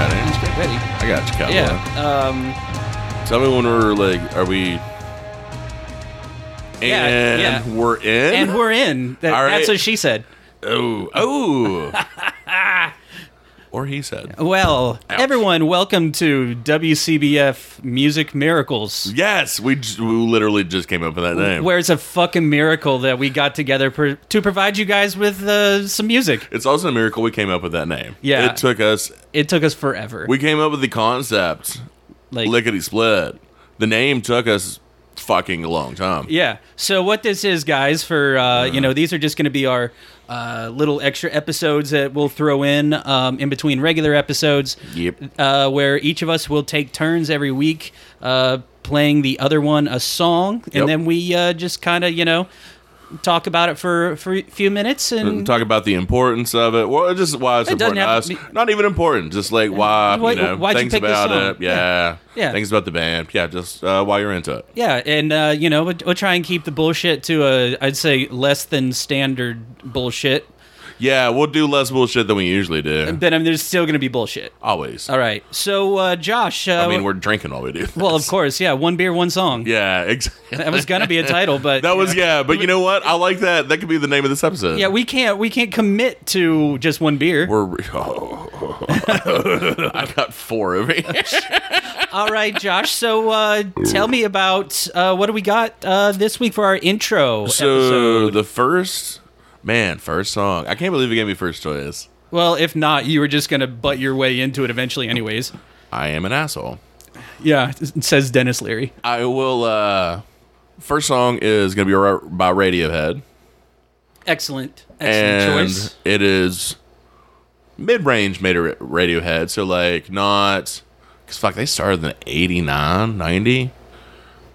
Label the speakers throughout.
Speaker 1: Hey.
Speaker 2: I got you, cowboy.
Speaker 1: Yeah. Um,
Speaker 2: Tell me when we're like, are we? And
Speaker 1: Yeah, yeah.
Speaker 2: we're in.
Speaker 1: and we're in. That,
Speaker 2: All right.
Speaker 1: That's what she said.
Speaker 2: oh oh. or he said.
Speaker 1: Well, everyone, welcome to WCBF Music Miracles,
Speaker 2: Yes, we, j- we literally just came up with that name.
Speaker 1: where it's a fucking miracle that we got together per, to provide you guys with uh, some music.
Speaker 2: it's also a miracle we came up with that name.
Speaker 1: Yeah.
Speaker 2: it took us.
Speaker 1: It took us forever.
Speaker 2: We came up with the concept.
Speaker 1: like,
Speaker 2: Lickety split. The name took us fucking a long time.
Speaker 1: yeah. So what this is, guys, for uh,
Speaker 2: Uh-huh.
Speaker 1: you know, these are just going to be our uh, little extra episodes that we'll throw in um, in between regular episodes.
Speaker 2: Yep.
Speaker 1: uh, where each of us will take turns every week uh, playing the other one a song, and
Speaker 2: Yep.
Speaker 1: then we uh, just kind of you know talk about it for for a few minutes and.
Speaker 2: Talk about the importance of it. Well, just why it's
Speaker 1: It doesn't
Speaker 2: important to us.
Speaker 1: have to
Speaker 2: Not even important. Just like why,
Speaker 1: Why-
Speaker 2: you know,
Speaker 1: why'd you
Speaker 2: things
Speaker 1: pick this
Speaker 2: about
Speaker 1: song?
Speaker 2: it. Yeah.
Speaker 1: Yeah.
Speaker 2: Things about the band. Yeah. Just uh, why you're into it.
Speaker 1: yeah, and uh, you know we'll, we'll try and keep the bullshit to a I'd say less than standard bullshit,
Speaker 2: Yeah. We'll do less bullshit than we usually do.
Speaker 1: but I mean there's still gonna be bullshit.
Speaker 2: Always.
Speaker 1: All right, so uh, Josh, uh,
Speaker 2: I mean, we're drinking all we do.
Speaker 1: well of course, yeah, one beer, one song.
Speaker 2: yeah. Exactly.
Speaker 1: That was gonna be a title, but
Speaker 2: That
Speaker 1: you
Speaker 2: was
Speaker 1: know,
Speaker 2: yeah. But you know what? I like that. That could be the name of this episode.
Speaker 1: yeah. We can't we can't commit to just one beer.
Speaker 2: We're. Oh. I got four of it.
Speaker 1: All right, Josh. So uh, tell me about uh, what do we got uh, this week for our intro
Speaker 2: So
Speaker 1: episode?
Speaker 2: the first man, first song. I can't believe you gave me first choice.
Speaker 1: Well, if not, you were just going to butt your way into it eventually, anyways.
Speaker 2: I am an asshole.
Speaker 1: Yeah, it says Dennis Leary.
Speaker 2: I will. uh First song is gonna be ra- by Radiohead,
Speaker 1: Excellent. Excellent
Speaker 2: and
Speaker 1: choice.
Speaker 2: it is mid-range made a Radiohead. So like not because fuck they started in 89, 90.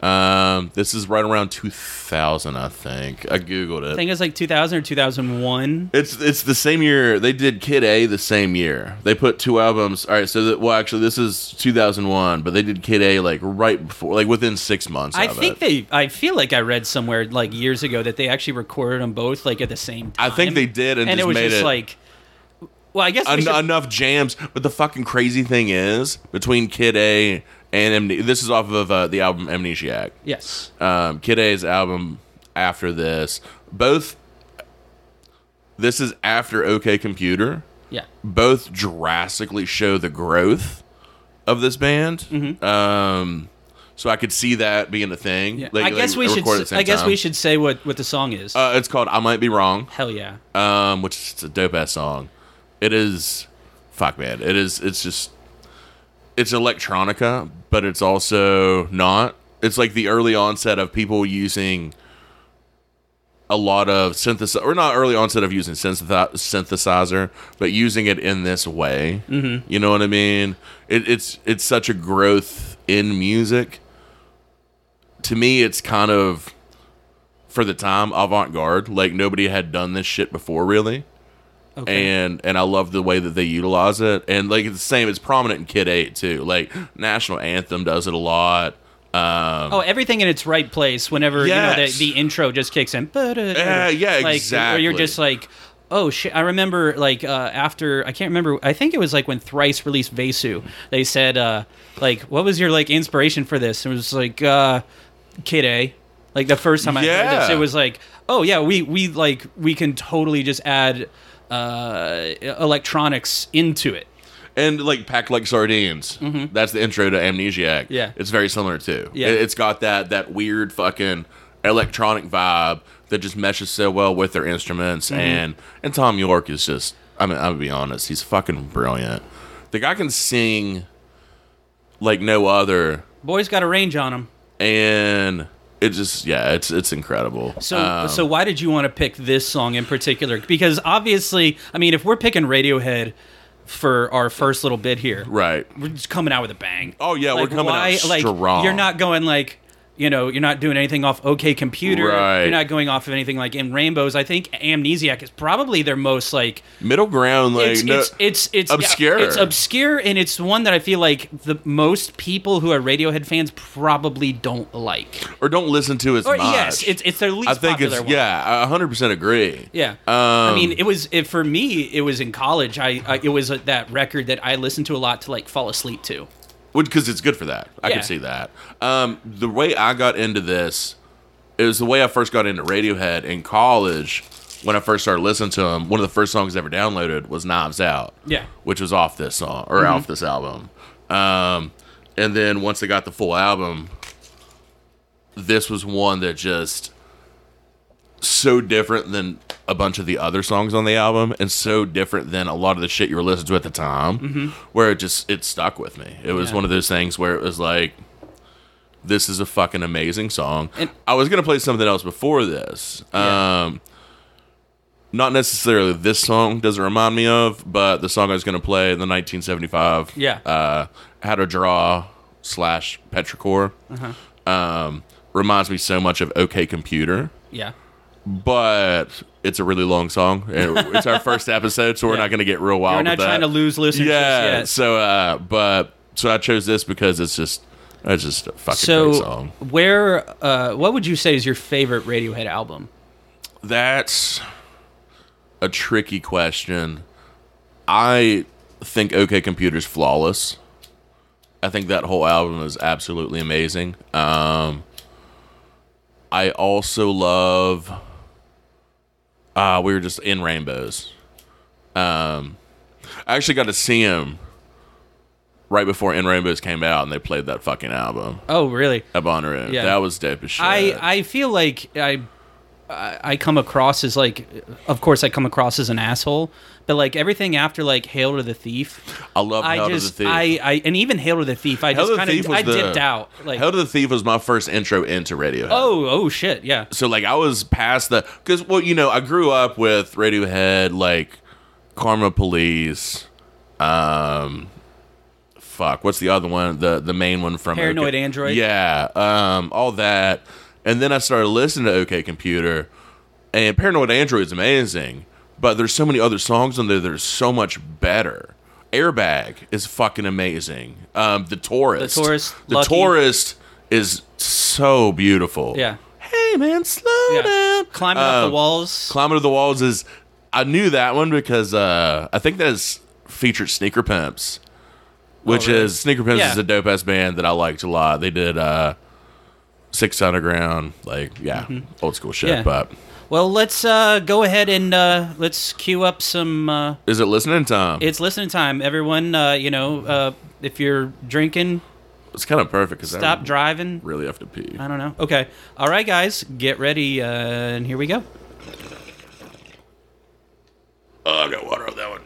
Speaker 2: Um, this is right around two thousand, I think. I googled
Speaker 1: I
Speaker 2: it.
Speaker 1: think it's like 2000 or 2001.
Speaker 2: It's it's the same year they did Kid A the same year. They put two albums. All right, so that, well actually this is 2001, but they did Kid A like right before like within 6 months
Speaker 1: I
Speaker 2: of it.
Speaker 1: think they. I feel like I read somewhere like years ago that they actually recorded them both like at the same
Speaker 2: I
Speaker 1: time.
Speaker 2: think they did and
Speaker 1: and it
Speaker 2: just
Speaker 1: was
Speaker 2: made
Speaker 1: just
Speaker 2: it-
Speaker 1: like. Well, I guess we
Speaker 2: En-
Speaker 1: should-
Speaker 2: enough jams, but the fucking crazy thing is between Kid A and Amne- this is off of uh, the album Amnesiac.
Speaker 1: yes.
Speaker 2: Um, Kid A's album after this, both this is after OK Computer.
Speaker 1: Yeah.
Speaker 2: both drastically show the growth of this band.
Speaker 1: Mm-hmm.
Speaker 2: Um, so I could see that being a thing.
Speaker 1: Yeah.
Speaker 2: Like,
Speaker 1: I guess
Speaker 2: like,
Speaker 1: we should.
Speaker 2: record at
Speaker 1: s-
Speaker 2: the same
Speaker 1: I guess we
Speaker 2: time.
Speaker 1: should say what what the song is.
Speaker 2: Uh, it's called "I Might Be Wrong,"
Speaker 1: Hell yeah.
Speaker 2: um, which is it's a dope ass song. It is, fuck man, it is. It's just, it's electronica, but it's also not. It's like the early onset of people using a lot of synthesizer, or not early onset of using synthesi- synthesizer, but using it in this way. Mm-hmm. You know what I mean? It, it's it's such a growth in music. To me, it's kind of for the time avant garde. Like nobody had done this shit before, really.
Speaker 1: Okay.
Speaker 2: And and I love the way that they utilize it. And like it's the same, it's prominent in Kid Eight too. Like National Anthem does it a lot. Um,
Speaker 1: Oh, everything in its right place. Whenever you know
Speaker 2: Yes.
Speaker 1: the, the intro just kicks in.
Speaker 2: Yeah,
Speaker 1: Yeah,
Speaker 2: yeah,
Speaker 1: Or you're
Speaker 2: exactly.
Speaker 1: just like, oh shit. I remember like uh, after I can't remember. I think it was like when Thrice released Vesu. They said uh, like, what was your like inspiration for this? It was like uh, Kid A. Like the first time I heard this,
Speaker 2: Yeah.
Speaker 1: it was like, oh yeah, we we like we can totally just add uh, electronics into it.
Speaker 2: and like packed like sardines. That's the intro to Amnesiac.
Speaker 1: Mm-hmm. Yeah.
Speaker 2: it's very similar too.
Speaker 1: Yeah.
Speaker 2: It, has got that that weird fucking electronic vibe that just meshes so well with their instruments.
Speaker 1: Mm-hmm.
Speaker 2: And and Tom York is just. I mean, I'm gonna be honest. He's fucking brilliant. The guy can sing like no other,
Speaker 1: Boys got a range on them.
Speaker 2: and it just yeah, it's it's incredible.
Speaker 1: So,
Speaker 2: Um,
Speaker 1: so why did you want to pick this song in particular? Because obviously, I mean, if we're picking Radiohead for our first little bit here,
Speaker 2: right.
Speaker 1: we're just coming out with a bang.
Speaker 2: Oh, yeah, we're coming out strong.
Speaker 1: You're not going like, you know, you're not doing anything off OK Computer.
Speaker 2: Right.
Speaker 1: You're not going off of anything like in Rainbows. I think Amnesiac is probably their most like
Speaker 2: Middle ground, like
Speaker 1: it's
Speaker 2: no,
Speaker 1: it's, it's it's yeah,
Speaker 2: obscure.
Speaker 1: it's obscure, and it's one that I feel like the most people who are Radiohead fans probably don't like.
Speaker 2: or don't listen to as
Speaker 1: Or
Speaker 2: much.
Speaker 1: yes, it's it's their least
Speaker 2: I think
Speaker 1: popular
Speaker 2: it's
Speaker 1: one.
Speaker 2: yeah, I 100% agree. Um,
Speaker 1: Yeah. I mean, it was it, for me. It was in college. I, I it was uh that record that I listened to a lot to like fall asleep to.
Speaker 2: because it's good for that. I
Speaker 1: Yeah.
Speaker 2: can see that. Um, the way I got into this is the way I first got into Radiohead in college. When I first started listening to them, one of the first songs I ever downloaded was "Knives Out,"
Speaker 1: Yeah.
Speaker 2: which was off this song
Speaker 1: Mm-hmm.
Speaker 2: or off this album. Um, and then once I got the full album, this was one that just so different than a bunch of the other songs on the album and so different than a lot of the shit you were listening to at the time where it just it stuck with me it was
Speaker 1: Mm-hmm. Yeah.
Speaker 2: one of those things where it was like this is a fucking amazing song
Speaker 1: And-
Speaker 2: i was gonna play something else before this
Speaker 1: Yeah.
Speaker 2: um not necessarily this song doesn't remind me of but the song i was gonna play the 1975
Speaker 1: Yeah.
Speaker 2: uh how to draw slash petrichor
Speaker 1: Uh-huh.
Speaker 2: um reminds me so much of okay computer
Speaker 1: Yeah.
Speaker 2: but it's a really long song. and It's our first episode, so we're
Speaker 1: Yeah.
Speaker 2: not going to get real wild.
Speaker 1: We're not
Speaker 2: with that.
Speaker 1: trying to lose listeners.
Speaker 2: Yeah.
Speaker 1: Yet.
Speaker 2: So, uh, but so I chose this because it's just it's just a fucking great
Speaker 1: So
Speaker 2: song.
Speaker 1: where uh, what would you say is your favorite Radiohead album?
Speaker 2: That's a tricky question. I think OK Computer's flawless. I think that whole album is absolutely amazing. Um, I also love. Uh, we were just in Rainbows. Um, I actually got to see him right before In Rainbows came out, and they played that fucking album
Speaker 1: Oh, really?
Speaker 2: at Bonnaroo.
Speaker 1: Yeah.
Speaker 2: That was dope as shit.
Speaker 1: I I feel like I I I come across as like of course I come across as an asshole, but like everything after like Hail to the Thief,
Speaker 2: I love
Speaker 1: I
Speaker 2: Hell to
Speaker 1: just
Speaker 2: the Thief.
Speaker 1: I I and even Hail to the Thief, I
Speaker 2: Hell
Speaker 1: just
Speaker 2: to the
Speaker 1: kind
Speaker 2: Thief
Speaker 1: of
Speaker 2: was
Speaker 1: I
Speaker 2: the-
Speaker 1: dipped out like
Speaker 2: Hell to the Thief was my first intro into Radiohead.
Speaker 1: oh oh shit yeah
Speaker 2: So like I was past the because well you know I grew up with Radiohead like Karma Police, um, fuck what's the other one the the main one from
Speaker 1: Paranoid Android?
Speaker 2: yeah um all that and then I started listening to OK Computer and Paranoid Android is amazing but there's so many other songs on there that are so much better. Airbag is fucking amazing. Um, the Tourist,
Speaker 1: Tourist,
Speaker 2: the
Speaker 1: Lucky.
Speaker 2: Tourist is so beautiful.
Speaker 1: yeah
Speaker 2: Hey man, slow
Speaker 1: yeah
Speaker 2: down.
Speaker 1: climbing up
Speaker 2: Um,
Speaker 1: the walls
Speaker 2: Climbing up the walls is. I knew that one because uh, I think that is featured Sneaker Pimps, which
Speaker 1: Oh, really?
Speaker 2: is Sneaker Pimps
Speaker 1: Yeah.
Speaker 2: is a dope ass band that I liked a lot. They did uh, Six Underground, like yeah, old school shit.
Speaker 1: Mm-hmm. Yeah.
Speaker 2: But
Speaker 1: well let's uh, go ahead and uh, let's queue up some. Uh,
Speaker 2: is it listening Um, time?
Speaker 1: It's listening time, everyone. Uh, you know, uh, if you're drinking,
Speaker 2: it's kind of perfect because
Speaker 1: stop
Speaker 2: I
Speaker 1: driving.
Speaker 2: really have to pee.
Speaker 1: I don't know. Okay. All right, guys, get ready, uh, and here we go.
Speaker 2: Oh, I got water on that one.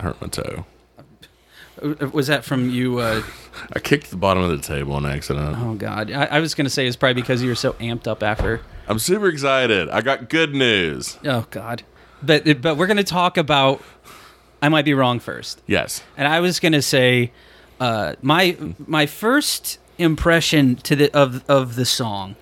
Speaker 2: hurt my toe.
Speaker 1: Uh, Was that from you? Uh,
Speaker 2: I kicked the bottom of the table on accident.
Speaker 1: oh God, I, I was gonna say it's probably because you were so amped up after.
Speaker 2: I'm super excited. I got good news.
Speaker 1: Oh God, but but we're gonna talk about. I might be wrong first.
Speaker 2: Yes.
Speaker 1: and I was gonna say, uh, my my first impression to the of of the song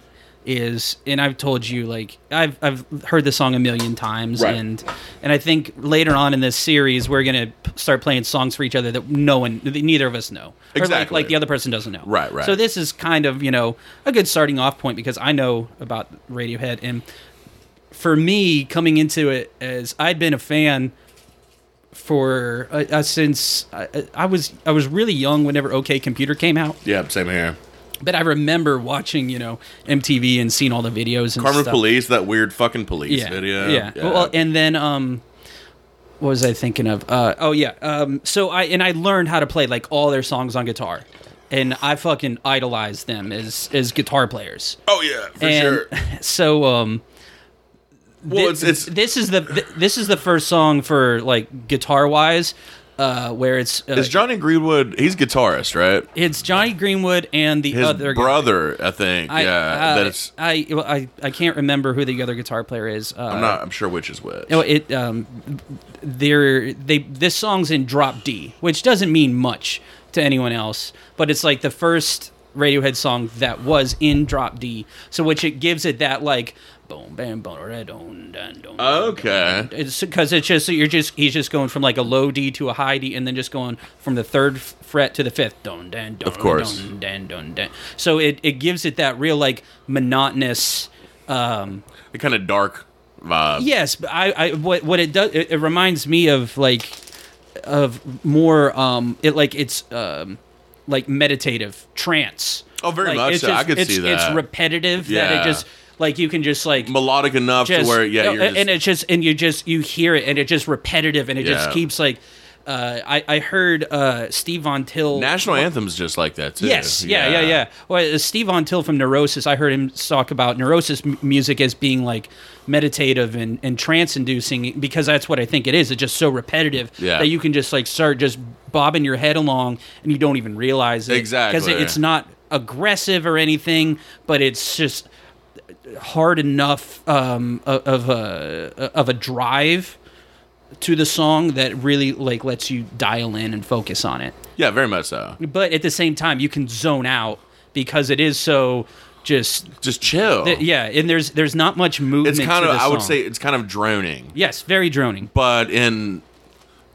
Speaker 1: is, and I've told you like I've I've heard the song a million times,
Speaker 2: Right.
Speaker 1: and and I think later on in this series we're gonna p- start playing songs for each other that no one, that neither of us know, or like,
Speaker 2: Exactly.
Speaker 1: like the other person doesn't know,
Speaker 2: Right, right.
Speaker 1: So this is kind of you know a good starting off point because I know about Radiohead and. For me, coming into it as I'd been a fan for uh, uh, since I, I- I was I was really young whenever OK Computer came out,
Speaker 2: Yeah, same here.
Speaker 1: but I remember watching you know MTV and seeing all the videos and
Speaker 2: Carmen
Speaker 1: stuff.
Speaker 2: Police, that weird fucking police
Speaker 1: yeah,
Speaker 2: video.
Speaker 1: yeah. Well, and then um, what was I thinking of? Uh, oh yeah. Um, so I and I learned how to play like all their songs on guitar, and I fucking idolized them as as guitar players.
Speaker 2: oh yeah, for
Speaker 1: and
Speaker 2: sure.
Speaker 1: so um,
Speaker 2: Well,
Speaker 1: Thi-
Speaker 2: it's it's
Speaker 1: this is the th- this is the first song for like guitar wise, uh, where it's uh,
Speaker 2: is Johnny Greenwood. He's guitarist, right?
Speaker 1: It's Johnny Greenwood and the
Speaker 2: His
Speaker 1: other guy.
Speaker 2: brother, I think.
Speaker 1: I,
Speaker 2: yeah,
Speaker 1: uh,
Speaker 2: that's.
Speaker 1: I, well, I I can't remember who the other guitar player is. Uh,
Speaker 2: I'm not. I'm sure which is which.
Speaker 1: no, it um, they're they this song's in drop D, which doesn't mean much to anyone else, but it's like the first Radiohead song that was in drop D, so which it gives it that like boom bam boom da, dun, dun, dun,
Speaker 2: Uh, Okay.
Speaker 1: it's because it's just you're just he's just going from like a low D to a high D, and then just going from the third f- fret to the fifth. Dun, dun, dun,
Speaker 2: Of course.
Speaker 1: Dun, dun, dun, dun. So it it gives it that real like monotonous. Um,
Speaker 2: The kind of dark vibe.
Speaker 1: yes, but I, I what what it does it, it reminds me of like of more um it like it's um like meditative trance.
Speaker 2: Oh, very
Speaker 1: Like,
Speaker 2: much
Speaker 1: it's
Speaker 2: so. I
Speaker 1: just-
Speaker 2: could
Speaker 1: it's,
Speaker 2: see
Speaker 1: It's
Speaker 2: that.
Speaker 1: repetitive that
Speaker 2: Yeah.
Speaker 1: it just like you can just like
Speaker 2: Melodic enough
Speaker 1: just
Speaker 2: to where yeah,
Speaker 1: no,
Speaker 2: you're just,
Speaker 1: and it's just and you just you hear it and it just repetitive and it just
Speaker 2: Yeah.
Speaker 1: keeps like uh, I I heard uh, Steve Von Till
Speaker 2: national anthem's just like that too.
Speaker 1: Yes, yeah, yeah, yeah. Well, uh, Steve Von Till from Neurosis, I heard him talk about Neurosis m- music as being like meditative and, and trance inducing because that's what I think it is. It's just so repetitive
Speaker 2: Yeah.
Speaker 1: that you can just like start just bobbing your head along and you don't even realize it. Because
Speaker 2: Exactly.
Speaker 1: it's not aggressive or anything, but it's just hard enough um, o- of a of a drive to the song that really like lets you dial in and focus on it
Speaker 2: Yeah, very much so.
Speaker 1: but at the same time you can zone out because it is so just uh,
Speaker 2: Just chill.
Speaker 1: yeah and there's there's not much movement
Speaker 2: it's kind
Speaker 1: to
Speaker 2: of.
Speaker 1: this
Speaker 2: I would
Speaker 1: song.
Speaker 2: say it's kind of droning.
Speaker 1: yes very droning
Speaker 2: but in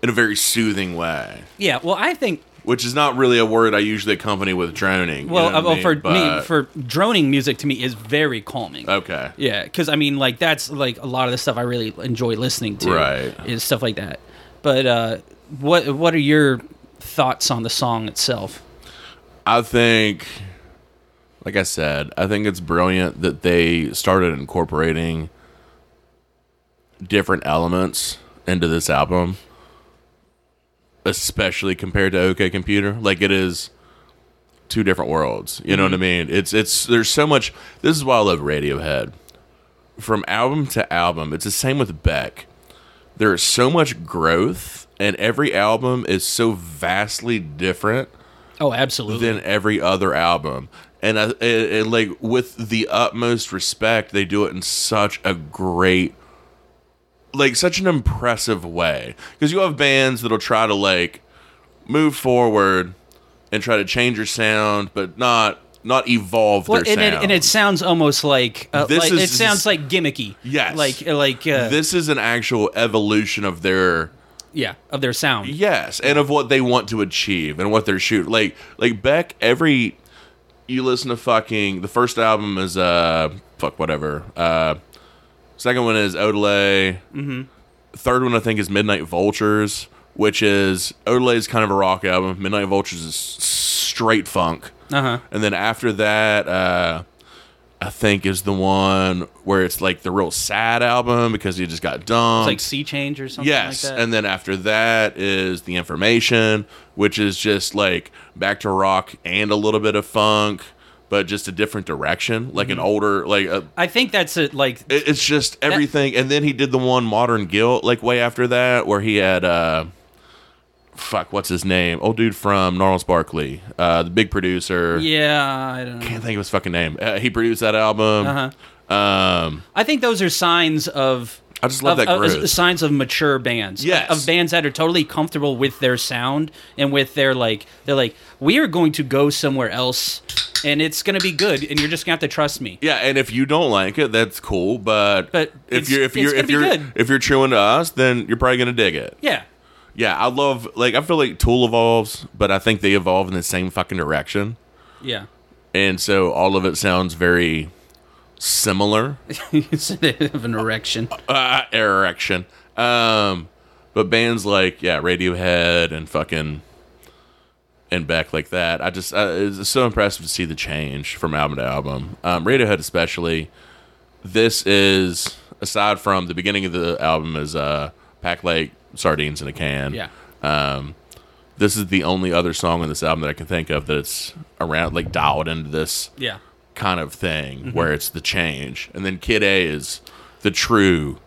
Speaker 2: in a very soothing way,
Speaker 1: yeah well i think
Speaker 2: which is not really a word I usually accompany with droning. you
Speaker 1: well,
Speaker 2: know what I
Speaker 1: uh, well
Speaker 2: mean?
Speaker 1: for me
Speaker 2: But- Uh,
Speaker 1: for droning music to me is very calming
Speaker 2: okay,
Speaker 1: yeah because i mean like that's like a lot of the stuff i really enjoy listening to
Speaker 2: Right.
Speaker 1: is stuff like that but uh what what are your thoughts on the song itself
Speaker 2: I think, like I said, I think it's brilliant that they started incorporating different elements into this album, especially compared to OK Computer. Like it is two different worlds. You know what I mean? It's it's there's so much. This is why I love Radiohead. From album to album, it's the same with Beck. There is so much growth, and every album is so vastly different
Speaker 1: oh absolutely
Speaker 2: than every other album. And, I, and, and, like with the utmost respect, they do it in such a great, like such an impressive way. Because you have bands that'll try to like move forward and try to change your sound, but not not evolve
Speaker 1: well,
Speaker 2: their
Speaker 1: and it,
Speaker 2: sound.
Speaker 1: and it sounds almost like, uh,
Speaker 2: This
Speaker 1: like
Speaker 2: is-
Speaker 1: it sounds like gimmicky.
Speaker 2: Yes.
Speaker 1: like like uh,
Speaker 2: this is an actual evolution of their
Speaker 1: yeah of their sound.
Speaker 2: Yes, and of what they want to achieve and what they're shooting. Like like Beck, every you listen to fucking the first album is uh fuck whatever. Uh second one is Odelay. Mm-hmm. Third one I think is Midnight Vultures, which is Odelay's kind of a rock album. Midnight Vultures is s- straight funk.
Speaker 1: Uh huh.
Speaker 2: And then after that, uh, I think is the one where it's like the real sad album because he just got dumped.
Speaker 1: like sea change or something
Speaker 2: Yes,
Speaker 1: like that.
Speaker 2: and then after that is the information, which is just like back to rock and a little bit of funk, but just a different direction, like an
Speaker 1: Mm-hmm.
Speaker 2: older, like a,
Speaker 1: I think that's it. Like
Speaker 2: it- it's just everything. and then he did the one modern guilt, like way after that, where he had uh, fuck, what's his name? Old dude from Gnarls Barkley, uh, the big producer.
Speaker 1: Yeah, I don't know.
Speaker 2: can't think of his fucking name. Uh, he produced that album.
Speaker 1: Uh-huh.
Speaker 2: Um,
Speaker 1: I think those are signs of.
Speaker 2: I just love
Speaker 1: of-
Speaker 2: that
Speaker 1: of- uh,
Speaker 2: groove.
Speaker 1: signs of mature bands.
Speaker 2: Yes.
Speaker 1: Of bands that are totally comfortable with their sound and with their like they're like, we are going to go somewhere else and it's gonna be good and you're just gonna have to trust me.
Speaker 2: yeah, and if you don't like it, that's cool. But,
Speaker 1: But
Speaker 2: if
Speaker 1: it's-
Speaker 2: you're if
Speaker 1: it's
Speaker 2: you're
Speaker 1: gonna
Speaker 2: if
Speaker 1: be
Speaker 2: you're
Speaker 1: good.
Speaker 2: if you're chewing to us, then you're probably gonna dig it.
Speaker 1: Yeah.
Speaker 2: Yeah, I love like I feel like Tool evolves, but I think they evolve in the same fucking direction,
Speaker 1: Yeah.
Speaker 2: and so all of it sounds very similar.
Speaker 1: it's a bit of an erection.
Speaker 2: uh, erection. Um, but bands like yeah, Radiohead and fucking and back like that. I just uh, it's so impressive to see the change from album to album. Um, Radiohead especially. This is aside from the beginning of the album is uh pack like sardines in a can.
Speaker 1: Yeah.
Speaker 2: Um, this is the only other song on this album that I can think of that it's around like dialed into this
Speaker 1: Yeah.
Speaker 2: kind of thing
Speaker 1: Mm-hmm.
Speaker 2: where it's the change. And then Kid A is the true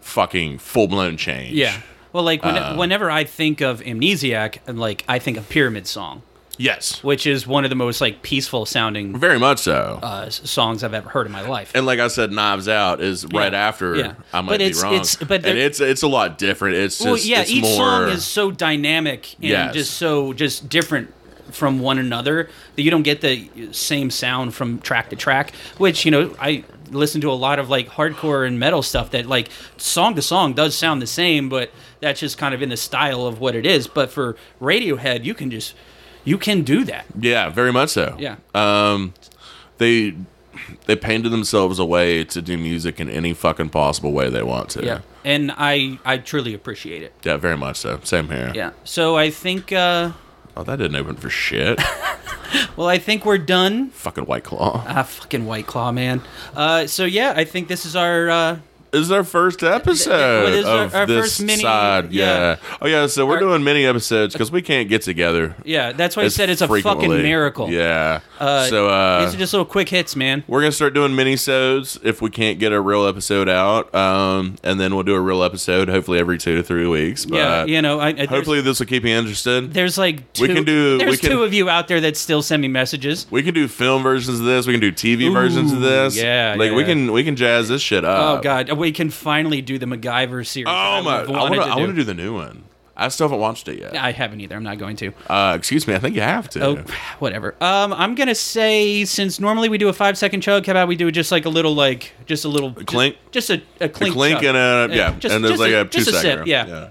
Speaker 2: fucking full blown change.
Speaker 1: Yeah. Well, like when,
Speaker 2: Uh.
Speaker 1: whenever I think of Amnesiac, and like I think of Pyramid Song,
Speaker 2: Yes.
Speaker 1: which is one of the most like peaceful sounding
Speaker 2: Very much so.
Speaker 1: uh, s- songs I've ever heard in my life.
Speaker 2: and like I said, Knives Out is right after
Speaker 1: yeah.
Speaker 2: I might
Speaker 1: But
Speaker 2: be
Speaker 1: it's-
Speaker 2: wrong.
Speaker 1: it's- but
Speaker 2: and
Speaker 1: there-
Speaker 2: it's it's a lot different. It's just
Speaker 1: well, yeah,
Speaker 2: it's
Speaker 1: each
Speaker 2: more,
Speaker 1: song is so dynamic and
Speaker 2: Yes.
Speaker 1: just so just different from one another that you don't get the same sound from track to track. Which you know, I listen to a lot of like hardcore and metal stuff that like song to song does sound the same, but that's just kind of in the style of what it is. But for Radiohead, you can just you can do that.
Speaker 2: Yeah, very much so.
Speaker 1: Yeah.
Speaker 2: Um they they painted themselves a way to do music in any fucking possible way they want to.
Speaker 1: and I I truly appreciate it.
Speaker 2: Yeah, very much so. Same here.
Speaker 1: Yeah. So I think uh
Speaker 2: Oh, that didn't open for shit.
Speaker 1: well I think we're done.
Speaker 2: fucking White Claw.
Speaker 1: Ah, fucking White Claw, man. Uh, so yeah, I think this is our. Uh,
Speaker 2: This is our first episode
Speaker 1: Well, this is our-
Speaker 2: of
Speaker 1: our
Speaker 2: this
Speaker 1: first mini-
Speaker 2: side. Yeah.
Speaker 1: yeah.
Speaker 2: Oh yeah. So we're
Speaker 1: Our-
Speaker 2: doing mini episodes because we can't get together.
Speaker 1: yeah, that's why I
Speaker 2: as
Speaker 1: said it's a fucking
Speaker 2: frequently.
Speaker 1: miracle.
Speaker 2: Yeah.
Speaker 1: Uh,
Speaker 2: so
Speaker 1: These
Speaker 2: uh,
Speaker 1: are just little quick hits, man.
Speaker 2: we're gonna start doing mini sodes if we can't get a real episode out, um, and then we'll do a real episode hopefully every two to three weeks. But
Speaker 1: yeah, you know. I, I, there's-
Speaker 2: hopefully this will keep you interested.
Speaker 1: there's, like two.
Speaker 2: We can do- we
Speaker 1: There's
Speaker 2: can-
Speaker 1: two of you out there that still send me messages.
Speaker 2: We can do film versions of this. We can do TV versions of
Speaker 1: Ooh,
Speaker 2: this.
Speaker 1: yeah,
Speaker 2: Like
Speaker 1: yeah,
Speaker 2: we
Speaker 1: yeah.
Speaker 2: can we can jazz this shit up.
Speaker 1: oh God, we can finally do the MacGyver series.
Speaker 2: Oh my! I
Speaker 1: I've
Speaker 2: want
Speaker 1: wanted
Speaker 2: to. I want to
Speaker 1: do.
Speaker 2: do the new one. I still haven't watched it yet.
Speaker 1: I haven't either. I'm not going to.
Speaker 2: Uh, excuse me. I think you have to.
Speaker 1: Oh, whatever. Um, I'm gonna say since normally we do a five second chug, how about we do just like a little, like just a little
Speaker 2: clink?
Speaker 1: just, just a, a
Speaker 2: a
Speaker 1: clink,
Speaker 2: clink
Speaker 1: chug.
Speaker 2: and a uh, yeah,
Speaker 1: just-
Speaker 2: and there's
Speaker 1: just
Speaker 2: like a,
Speaker 1: a-
Speaker 2: two
Speaker 1: just a
Speaker 2: second
Speaker 1: sip,
Speaker 2: round.
Speaker 1: yeah.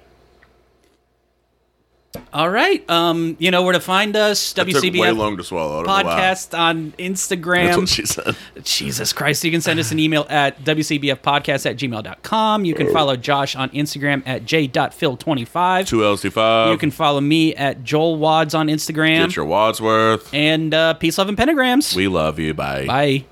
Speaker 1: All right. Um, you know where to find us.
Speaker 2: It took way
Speaker 1: WCBF
Speaker 2: long to swallow. I don't know why.
Speaker 1: podcast on
Speaker 2: That's what
Speaker 1: Instagram.
Speaker 2: she said.
Speaker 1: Jesus Christ. You can send us an email at wcbfpodcast at gmail.com. You can
Speaker 2: Oh.
Speaker 1: follow Josh on Instagram at j.phil25.
Speaker 2: Two L's two five.
Speaker 1: You can follow me at Joel Wads on Instagram.
Speaker 2: get your Wadsworth.
Speaker 1: And uh, peace, love, and pentagrams.
Speaker 2: We love you. Bye.
Speaker 1: Bye.